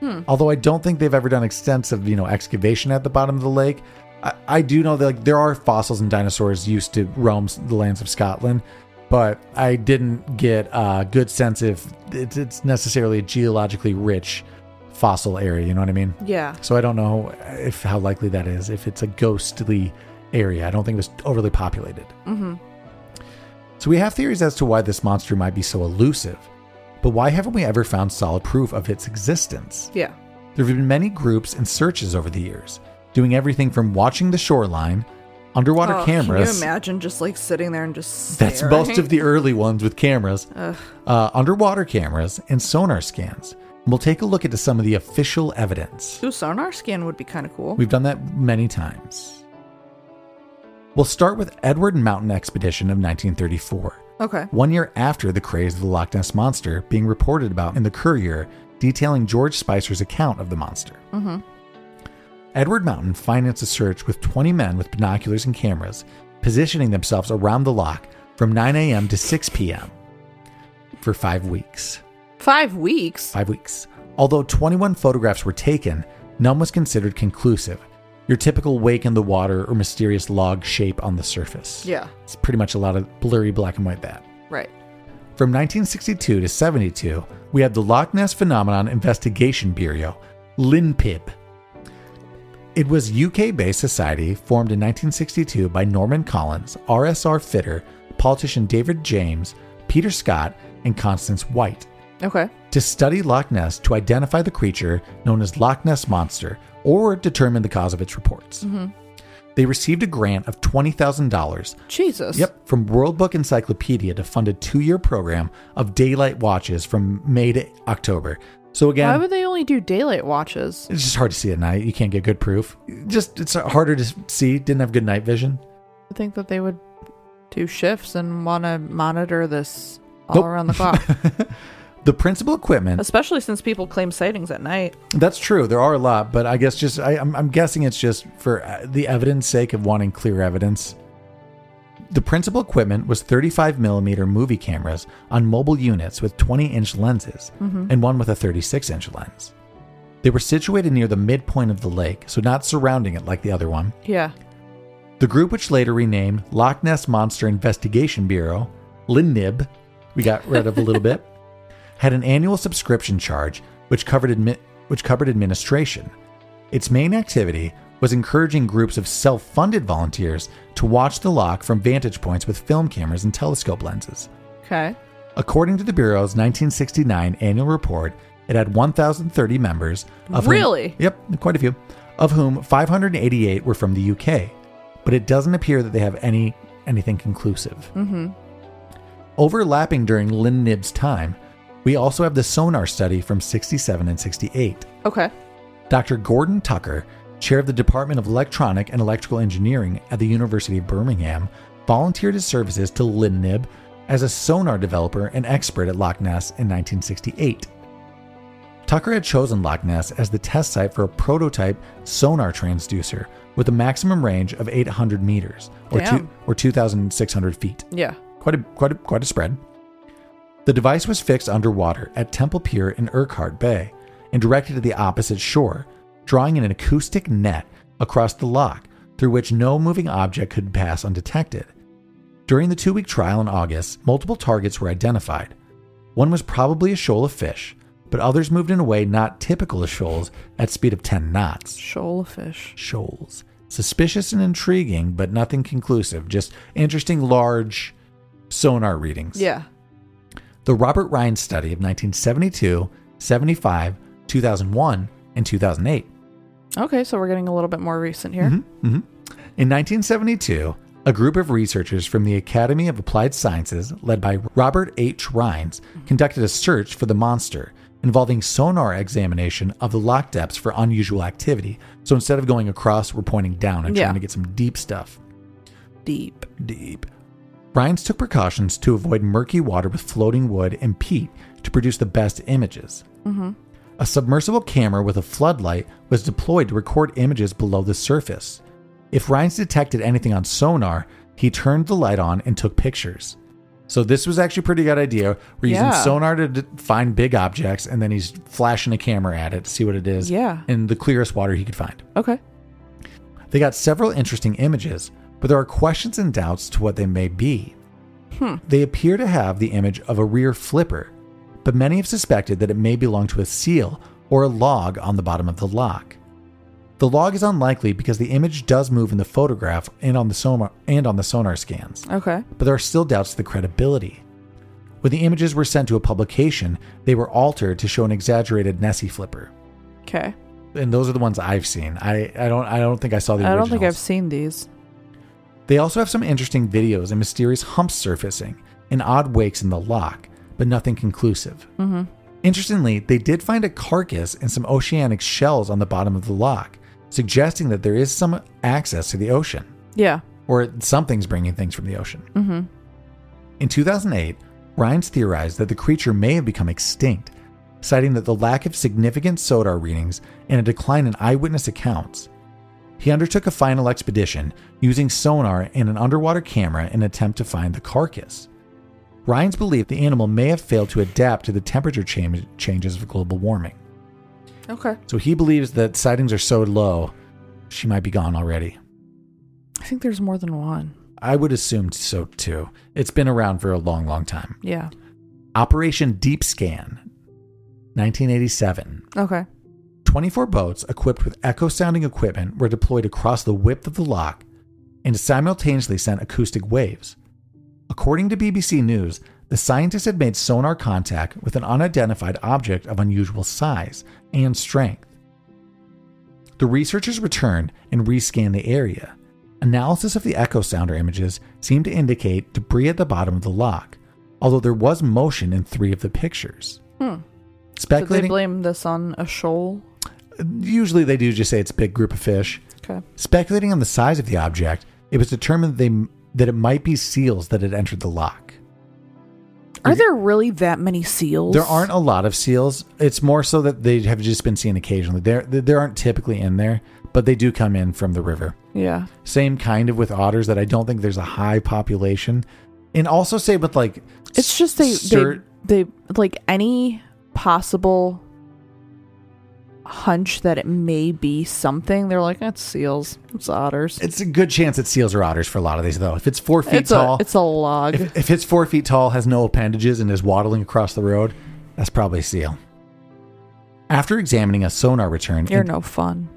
Hmm. Although I don't think they've ever done extensive, you know, excavation at the bottom of the lake. I, I do know that like there are fossils and dinosaurs used to roam s- the lands of Scotland, but I didn't get a good sense if it's, it's necessarily a geologically rich fossil area. You know what I mean? Yeah. So I don't know if how likely that is. If it's a ghostly area, I don't think it was overly populated. Mm-hmm. So we have theories as to why this monster might be so elusive, but why haven't we ever found solid proof of its existence? Yeah. There have been many groups and searches over the years, doing everything from watching the shoreline, underwater Oh, Can you cameras. imagine just like sitting there and just staring? That's most of the early ones with cameras, Ugh. uh, underwater cameras, and sonar scans. And we'll take a look into some of the official evidence. Ooh, sonar scan would be kind of cool. We've done that many times. We'll start with Edward Mountain Expedition of 1934. Okay. One year after the craze of the Loch Ness Monster being reported about in the Courier, detailing George Spicer's account of the monster. Mhm. Edward Mountain financed a search with 20 men with binoculars and cameras, positioning themselves around the lock from 9 a.m. to 6 p.m. for five weeks. Five weeks. Five weeks. Although 21 photographs were taken, none was considered conclusive. Your typical wake in the water or mysterious log shape on the surface. Yeah. It's pretty much a lot of blurry black and white that. Right. From 1962 to 72, we had the Loch Ness Phenomenon Investigation Bureau, LINPIB. It was UK based society formed in 1962 by Norman Collins, RSR Fitter, politician David James, Peter Scott, and Constance White Okay. to study Loch Ness to identify the creature known as Loch Ness Monster or determine the cause of its reports. Mm-hmm. They received a grant of $20,000 Jesus. Yep, from World Book Encyclopedia to fund a two-year program of daylight watches from May to October. So Why again, would they only do daylight watches? it's just hard to see at night. You can't get good proof. Just it's harder to see. Didn't have good night vision. I think that they would do shifts and want to monitor this all Nope. around the clock, The principal equipment. especially since people claim sightings at night. That's true. There are a lot, but I guess just I, I'm, I'm guessing it's just for uh, the evidence sake of wanting clear evidence. The principal equipment was 35 millimeter movie cameras on mobile units with 20 inch lenses and one with a 36 inch lens. They were situated near the midpoint of the lake, so not surrounding it like the other one. Yeah. The group, which later renamed Loch Ness Monster Investigation Bureau, LINNIB, we got rid of a little bit, had an annual subscription charge which covered admi- which covered administration. Its main activity was encouraging groups of self-funded volunteers to watch the loch from vantage points with film cameras and telescope lenses. Okay. According to the Bureau's 1969 annual report, it had 1,030 members. Of whom- Really? yep, quite a few. Of whom 588 were from the UK, but it doesn't appear that they have any anything conclusive. Mm-hmm. Overlapping during Lynn Nib's time, we also have the sonar study from 67 and 68. Okay. Dr. Gordon Tucker, chair of the Department of Electronic and Electrical Engineering at the University of Birmingham, volunteered his services to LINNIB as a sonar developer and expert at Loch Ness in 1968. Tucker had chosen Loch Ness as the test site for a prototype sonar transducer with a maximum range of 800 meters or, two, Damn. or 2,600 feet Yeah. quite a quite a quite a spread. The device was fixed underwater at Temple Pier in Urquhart Bay and directed to the opposite shore, drawing in an acoustic net across the lock through which no moving object could pass undetected. During the two week trial in August, multiple targets were identified. One was probably a shoal of fish, but others moved in a way not typical of shoals at speed of 10 knots Shoal of fish. shoals. Suspicious and intriguing, but nothing conclusive. Just interesting large sonar readings. Yeah. The Robert Ryan study of 1972, 75, 2001, and 2008. Okay, so we're getting a little bit more recent here. Mhm. In 1972, a group of researchers from the Academy of Applied Sciences, led by Robert H. Rhines, conducted a search for the monster involving sonar examination of the lock depths for unusual activity. So instead of going across, we're pointing down and Yeah. trying to get some deep stuff. Deep. Deep. Rhines took precautions to avoid murky water with floating wood and peat to produce the best images. hmm A submersible camera with a floodlight was deployed to record images below the surface. If Rhines detected anything on sonar, he turned the light on and took pictures. So this was actually a pretty good idea. We're using Yeah. sonar to d- find big objects, and then he's flashing a camera at it to see what it is Yeah. in the clearest water he could find. Okay. They got several interesting images, but there are questions and doubts to what they may be. Hmm. They appear to have the image of a rear flipper, but many have suspected that it may belong to a seal or a log on the bottom of the lock. The log is unlikely because the image does move in the photograph and on the sonar and on the sonar scans, Okay. but there are still doubts to the credibility. When the images were sent to a publication, they were altered to show an exaggerated Nessie flipper. Okay. And those are the ones I've seen. I, I don't I don't think I saw the I don't think originals. I've seen these. They also have some interesting videos and mysterious humps surfacing and odd wakes in the lock, but nothing conclusive. hmm Interestingly, they did find a carcass and some oceanic shells on the bottom of the lock, suggesting that there is some access to the ocean, Yeah. or something's bringing things from the ocean. hmm In 2008, Rhines theorized that the creature may have become extinct, citing that the lack of significant sonar readings and a decline in eyewitness accounts. He undertook a final expedition using sonar and an underwater camera in an attempt to find the carcass. Rhines believed the animal may have failed to adapt to the temperature cham- changes of global warming. Okay. So he believes that sightings are so low, she might be gone already. I think there's more than one. I would assume so too. It's been around for a long, long time. Yeah. Operation Deep Scan, 1987. Okay. 24 boats equipped with echo sounding equipment were deployed across the width of the lock and simultaneously sent acoustic waves. According to BBC News, the scientists had made sonar contact with an unidentified object of unusual size and strength. The researchers returned and rescanned the area. Analysis of the echo sounder images seemed to indicate debris at the bottom of the lock, although there was motion in three of the pictures. Hmm. Did they Speculating, blame this on a shoal? usually they do just say it's a big group of fish. Okay. Speculating on the size of the object, it was determined they, that it might be seals that had entered the lock. Are there really that many seals? There aren't a lot of seals. It's more so that they have just been seen occasionally. There, there aren't typically in there, but they do come in from the river. Yeah. Same kind of with otters that I don't think there's a high population, and also say with like It's just they cer- they they like any possible hunch that it may be something. They're like, that's seals. It's otters. it's a good chance that seals or otters for a lot of these though. If it's four feet It's tall, a it's a log. If, if it's four feet tall, has no appendages, and is waddling across the road, that's probably a seal. After examining a sonar return, You're no fun.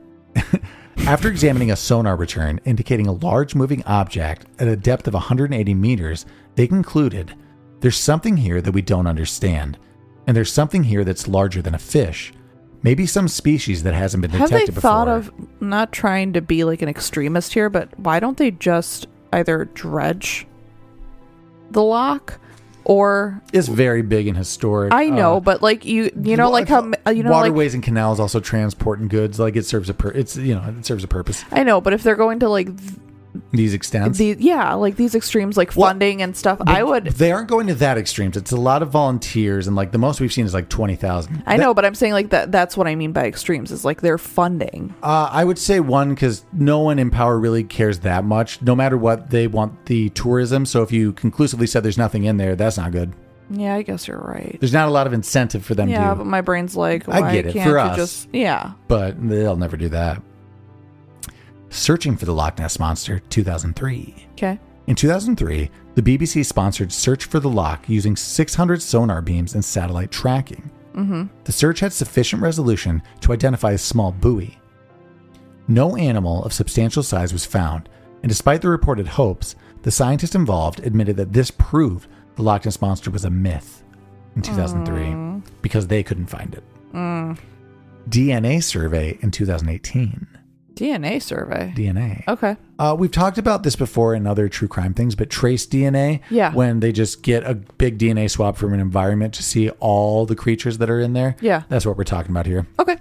after examining a sonar return indicating a large moving object at a depth of 180 meters, they concluded there's something here that we don't understand, and there's something here that's larger than a fish, maybe some species that hasn't been Have detected they before. thought of not trying to be like an extremist here, but why don't they just either dredge the lock or it's very big and historic. I know, Uh, but like you you know wa- like how m- uh, you know like waterways and canals also transporting goods. Like it serves a pur- it's you know it serves a purpose. I know, but if they're going to like These extents. the yeah, like these extremes like Well, funding and stuff, I would They aren't going to that extremes. It's a lot of volunteers, and like the most we've seen is like twenty thousand. I know, but I'm saying like that that's what I mean by extremes is like they're funding. Uh, I would say one because no one in power really cares that much. No matter what, they want the tourism. So if you conclusively said there's nothing in there, that's not good. Yeah, I guess you're right. There's not a lot of incentive for them Yeah, to. but my brain's like, I why get it, can't for you us. just yeah. but they'll never do that. Searching for the Loch Ness monster, 2003. Okay. In 2003, the BBC sponsored Search for the Loch using 600 sonar beams and satellite tracking. Mhm. The search had sufficient resolution to identify a small buoy. No animal of substantial size was found, and despite the reported hopes, the scientist involved admitted that this proved the Loch Ness monster was a myth. in 2003 Mm. because they couldn't find it. Mm. DNA survey in 2018. DNA survey. DNA. okay. Uh, we've talked about this before in other true crime things, but trace DNA, Yeah. when they just get a big DNA swab from an environment to see all the creatures that are in there. Yeah. That's what we're talking about here. Okay.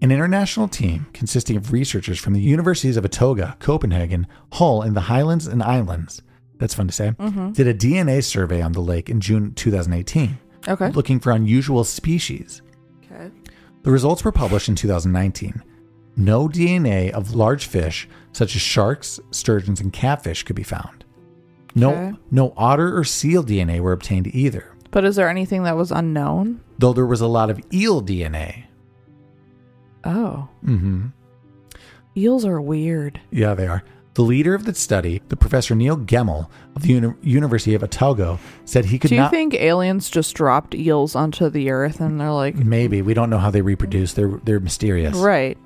An international team consisting of researchers from the universities of Otoga, Copenhagen, Hull, and the Highlands and Islands, that's fun to say, Mm-hmm. did a DNA survey on the lake in June 2018, Okay. looking for unusual species. Okay. The results were published in 2019. No DNA of large fish such as sharks, sturgeons, and catfish could be found. No, Okay. no otter or seal DNA were obtained either, But is there anything that was unknown? though there was a lot of eel DNA. Oh, Mm-hmm. eels are weird. Yeah, they are. The leader of the study, the professor Neil Gemmel of the Uni- University of Otago, said he could Do you not. think aliens just dropped eels onto the earth and they're like, maybe we don't know how they reproduce. They're they're mysterious. right?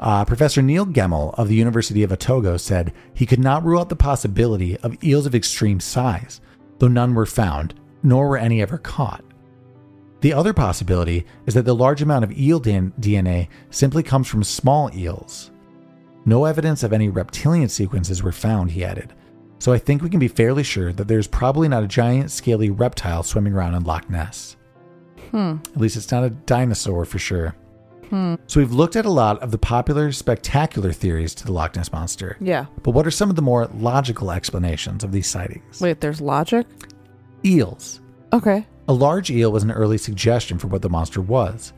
Uh, Professor Neil Gemmel of the University of Otago said he could not rule out the possibility of eels of extreme size, though none were found, nor were any ever caught. The other possibility is that the large amount of eel dan- DNA simply comes from small eels. No evidence of any reptilian sequences were found, he added. So I think we can be fairly sure that there's probably not a giant, scaly reptile swimming around in Loch Ness. Hmm. At least it's not a dinosaur for sure. So we've looked at a lot of the popular spectacular theories to the Loch Ness monster. Yeah. But what are some of the more logical explanations of these sightings? Wait, there's logic. Eels. Okay. A large eel was an early suggestion for what the monster was.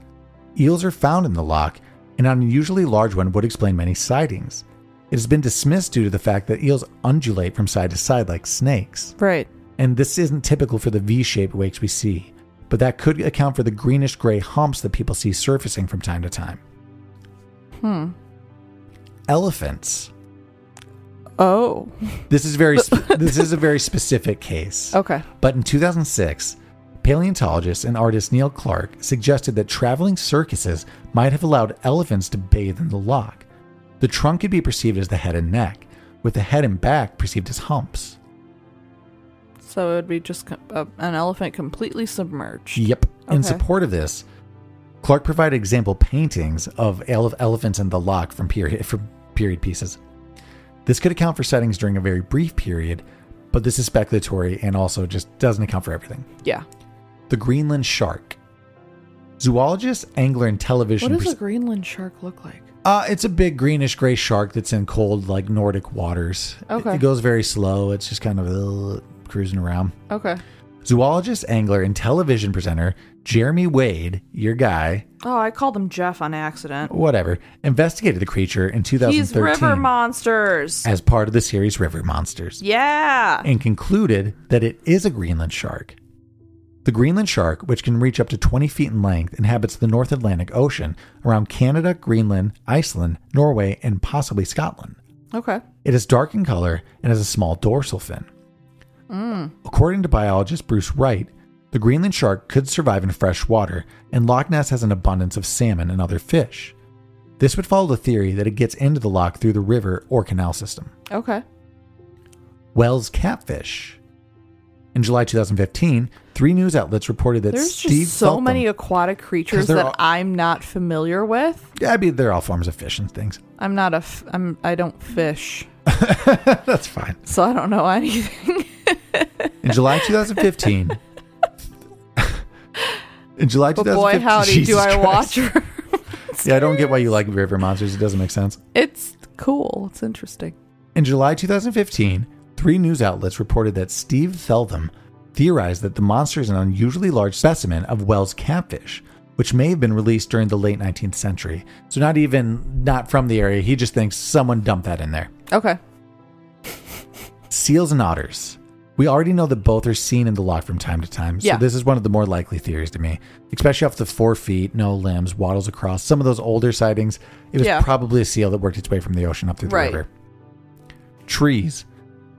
Eels are found in the loch, and an unusually large one would explain many sightings. It has been dismissed due to the fact that eels undulate from side to side like snakes, Right. and this isn't typical for the V-shaped wakes we see, but that could account for the greenish-gray humps that people see surfacing from time to time. Hmm. Elephants. Oh. This is very sp- this is a very specific case. Okay. But in 2006, paleontologist and artist Neil Clark suggested that traveling circuses might have allowed elephants to bathe in the loch. The trunk could be perceived as the head and neck, with the head and back perceived as humps. So it would be just com- uh, an elephant completely submerged. Yep. In Okay. support of this, Clark provided example paintings of ele- elephants in the loch from period from period pieces. This could account for sightings during a very brief period, but this is speculatory and also just doesn't account for everything. Yeah. The Greenland shark. Zoologist, angler, and television. What does pres- a Greenland shark look like? uh, it's a big greenish gray shark that's in cold, like Nordic waters. It- Okay. It, goes very slow. It's just kind of uh, cruising around. Okay. Zoologist, angler, and television presenter Jeremy Wade, your guy, Oh, I called him Jeff on accident. whatever, investigated the creature in He's 2013 river monsters. as part of the series River Monsters Yeah. and concluded that it is a Greenland shark. The Greenland shark, which can reach up to 20 feet in length, inhabits the North Atlantic Ocean around Canada, Greenland, Iceland, Norway, and possibly Scotland. Okay. It is dark in color and has a small dorsal fin. Mm, According to biologist Bruce Wright, the Greenland shark could survive in fresh water, and Loch Ness has an abundance of salmon and other fish. This would follow the theory that it gets into the loch through the river or canal system. Okay. Wells catfish. In July 2015, three news outlets reported that There's Steve just so Feltham- many aquatic 'Cause creatures they're that all- I'm not familiar with. I mean, they're all forms of fish and things. I'm not a f- I'm I don't fish, That's fine. so I don't know anything. In July 2015. in July But 2015. boy, howdy, Jesus do I Christ. watch her? Yeah, I don't get why you like river monsters. It doesn't make sense. It's cool. It's interesting. In July 2015, three news outlets reported that Steve Feltham theorized that the monster is an unusually large specimen of Wells catfish, which may have been released during the late 19th century. So not even not from the area. He just thinks someone dumped that in there. Okay. Seals and otters. We already know that both are seen in the loch from time to time, so Yeah. this is one of the more likely theories to me. Especially off the four feet, no limbs, waddles across. Some of those older sightings, it was Yeah. probably a seal that worked its way from the ocean up through the Right. river. Trees.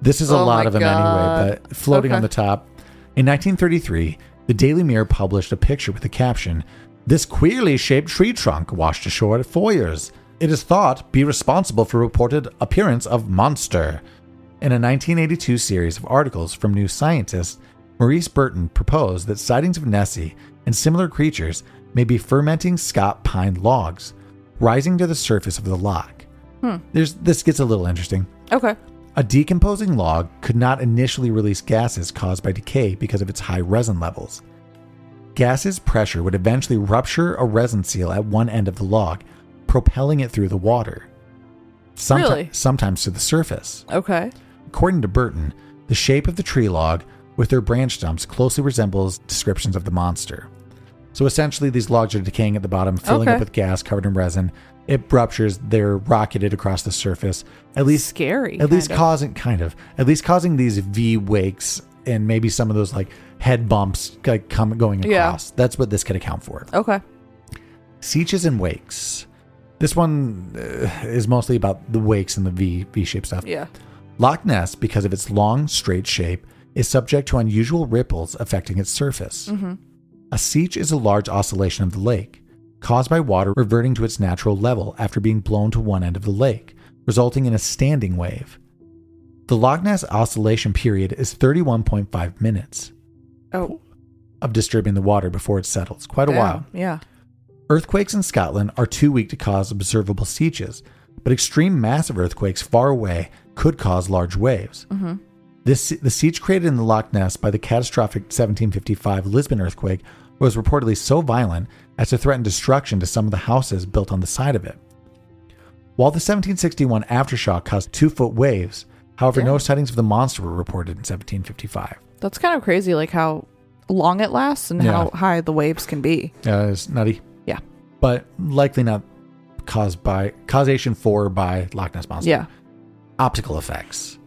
This is a Oh lot my of them anyway, God. but floating on Okay. the top. In 1933, the Daily Mirror published a picture with the caption, "This queerly shaped tree trunk washed ashore at Foyers. It is thought be responsible for reported appearance of monster." in a 1982 series of articles from New Scientist Maurice Burton proposed that sightings of Nessie and similar creatures may be fermenting Scott pine logs rising to the surface of the lock. Hmm. There's, this gets a little interesting. Okay. A decomposing log could not initially release gases caused by decay because of its high resin levels. Gases' pressure would eventually rupture a resin seal at one end of the log, propelling it through the water. Someti- Really? Sometimes to the surface. Okay. According to Burton, the shape of the tree log with their branch stumps closely resembles descriptions of the monster. So essentially, these logs are decaying at the bottom, filling Okay. up with gas covered in resin. It ruptures, they're rocketed across the surface. At least scary. at least kind of. causing kind of at least causing these V wakes and maybe some of those like head bumps like come going Yeah. across. That's what this could account for. Okay. Sieges and wakes. This one uh, is mostly about the wakes and the V V shaped stuff. Yeah. Loch Ness, because of its long straight shape, is subject to unusual ripples affecting its surface. Mm-hmm. A siege is a large oscillation of the lake, caused by water reverting to its natural level after being blown to one end of the lake, resulting in a standing wave. The Loch Ness oscillation period is 31.5 minutes Oh. of disturbing the water before it settles. Quite a damn. while. Yeah. Earthquakes in Scotland are too weak to cause observable sieges, but extreme massive earthquakes far away could cause large waves. Mm-hmm. This, the siege created in the Loch Ness by the catastrophic 1755 Lisbon earthquake was reportedly so violent as to threaten destruction to some of the houses built on the side of it. While the 1761 aftershock caused two foot waves, however, no Yeah. sightings of the monster were reported in 1755. That's kind of crazy, like how long it lasts and Yeah. how high the waves can be. Uh, it's nutty. Yeah. But likely not caused by causation for by Loch Ness monster. Yeah. optical effects.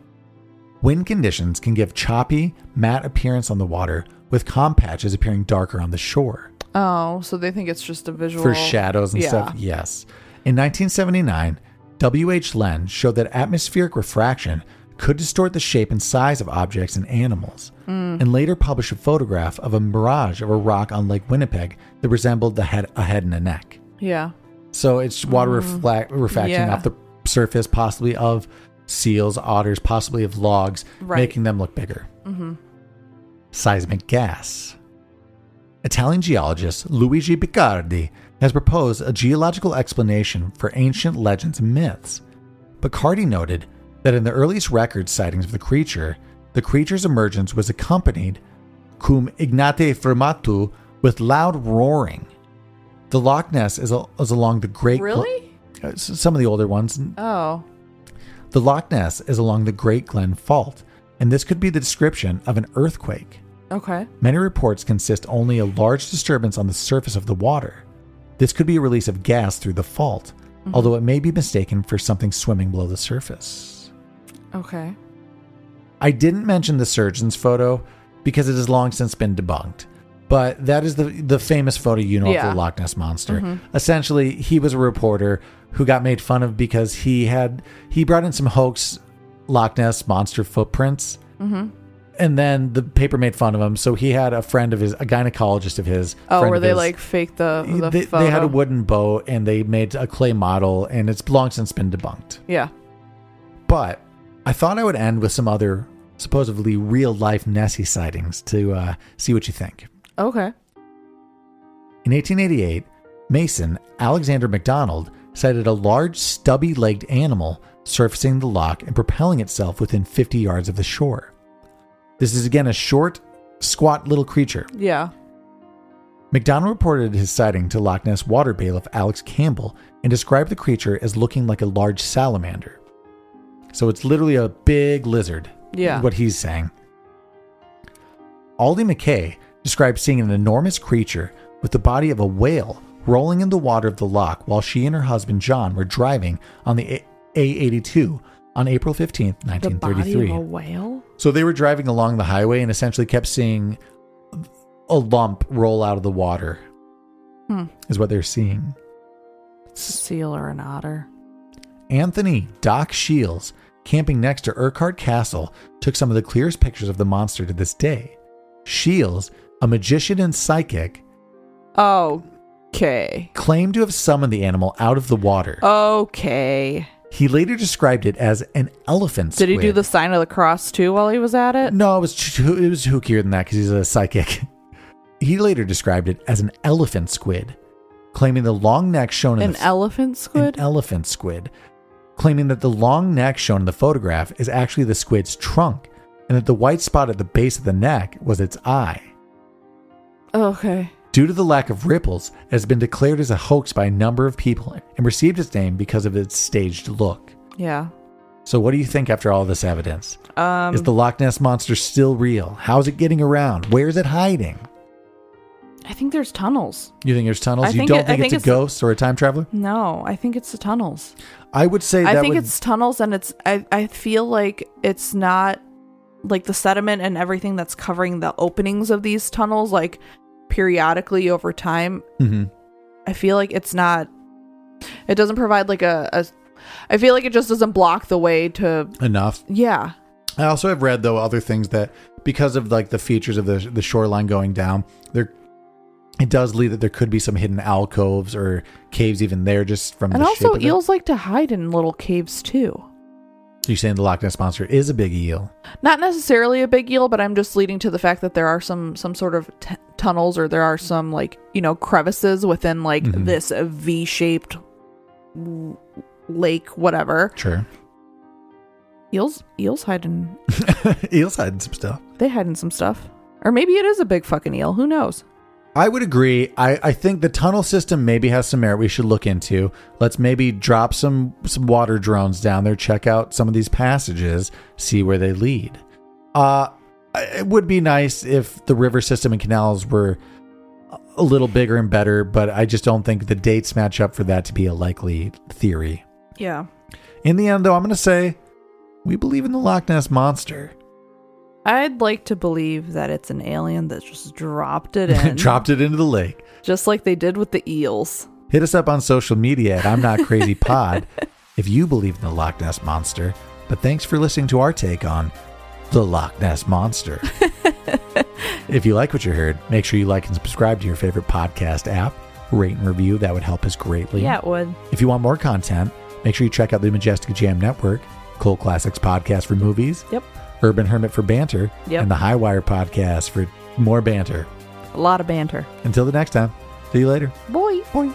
Wind conditions can give choppy, matte appearance on the water, with calm patches appearing darker on the shore Oh, so they think it's just a visual for shadows and stuff. Yes. In 1979, W.H. Len showed that atmospheric refraction could distort the shape and size of objects and animals, Hmm. and later published a photograph of a mirage of a rock on Lake Winnipeg that resembled the head, a head and a neck. Yeah. So it's water reflect, refracting Mm. Yeah. off the surface, possibly of seals, otters, possibly of logs, Right. making them look bigger. Mm-hmm. Seismic gas. Italian geologist Luigi Picardi has proposed a geological explanation for ancient legends and myths. Picardi noted that in the earliest record sightings of the creature, the creature's emergence was accompanied, cum ignate fermatu, with loud roaring. The Loch Ness is, al- is along the Great Gl- Really? uh, s- some of the older ones. Oh. The Loch Ness is along the Great Glen Fault, and this could be the description of an earthquake. Okay. Many reports consist only a large disturbance on the surface of the water. This could be a release of gas through the fault, although it may be mistaken for something swimming below the surface. Okay. I didn't mention the surgeon's photo because it has long since been debunked. But that is the the famous photo you know Yeah. Mm-hmm. of the Loch Ness monster. Essentially, he was a reporter who got made fun of because he had he brought in some hoax Loch Ness monster footprints. Mm-hmm. And then the paper made fun of him. So he had a friend of his, a gynecologist of his. Oh, friend were of they his- like fake the the they, photo? they had a wooden boat and they made a clay model, and it's long since been debunked. Yeah. But I thought I would end with some other supposedly real life Nessie sightings to uh, see what you think. Okay. In 1888, Mason Alexander MacDonald sighted a large stubby legged animal surfacing the lock and propelling itself within 50 yards of the shore. This is again a short, squat little creature. Yeah. McDonald reported his sighting to Loch Ness water bailiff Alex Campbell and described the creature as looking like a large salamander. So it's literally a big lizard. Yeah. is What he's saying. Aldi McKay described seeing an enormous creature with the body of a whale rolling in the water of the lock while she and her husband John were driving on the A- A82 on April 15th, The 1933. body of a whale. So they were driving along the highway and essentially kept seeing a lump roll out of the water, Hmm. is what they're seeing. It's a seal or an otter. Anthony Doc Shields, camping next to Urquhart Castle, took some of the clearest pictures of the monster to this day. Shields, a magician and psychic, Okay. Oh. claimed to have summoned the animal out of the water. Okay. He later described it as an elephant Did he do squid. the sign of the cross too while he was at it? No, it was ch- it was hookier than that because he's a psychic. He later described it as an elephant squid, claiming the long neck shown in An the f- elephant squid? an elephant squid, claiming that the long neck shown in the photograph is actually the squid's trunk, and that the white spot at the base of the neck was its eye. okay. Due to the lack of ripples, it has been declared as a hoax by a number of people and received its name because of its staged look. Yeah. So, what do you think after all this evidence? Um is the Loch Ness monster still real? How is it getting around? Where is it hiding? I think there's tunnels. You think there's tunnels? I you think don't it- I think, think it's a it's- ghost or a time traveler? No, I think it's the tunnels. I would say that I think would, it's tunnels and it's I, I feel like it's not like the sediment and everything that's covering the openings of these tunnels like periodically over time Mhm. I feel like it's not. It doesn't provide like a. a I feel like it just doesn't block the way to. enough. Yeah. I also have read though other things that because of like the features of the the shoreline going down, there it does lead that there could be some hidden alcoves or caves even there just from And the shape also, of it. eels like to hide in little caves too. You're saying the Loch Ness monster is a big eel. Not necessarily a big eel, but I'm just leading to the fact that there are some some sort of t- tunnels or there are some like you know crevices within like Mhm. this uh, V-shaped w- lake, whatever. Sure. Eels eels hide in. Eels hiding some stuff. They hide in some stuff, or maybe it is a big fucking eel. Who knows? I would agree. I, I think the tunnel system maybe has some merit we should look into. Let's maybe drop some some water drones down there, check out some of these passages, see where they lead. Uh it would be nice if the river system and canals were a little bigger and better, but I just don't think the dates match up for that to be a likely theory. Yeah. In the end though, I'm going to say we believe in the Loch Ness monster. I'd like to believe that it's an alien that just dropped it in. Dropped it into the lake. Just like they did with the eels. Hit us up on social media at I'm Not Crazy Pod if you believe in the Loch Ness Monster. But thanks for listening to our take on the Loch Ness Monster. if you like what you heard, make sure you like and subscribe to your favorite podcast app, rate and review. That would help us greatly. Yeah, it would. If you want more content, make sure you check out the Majestic Jam Network, Cool Classics Podcast for movies, Yep. Urban Hermit for banter, Yep. and the Highwire Podcast for more banter. A lot of banter. Until the next time, see you later. Boy. Boy.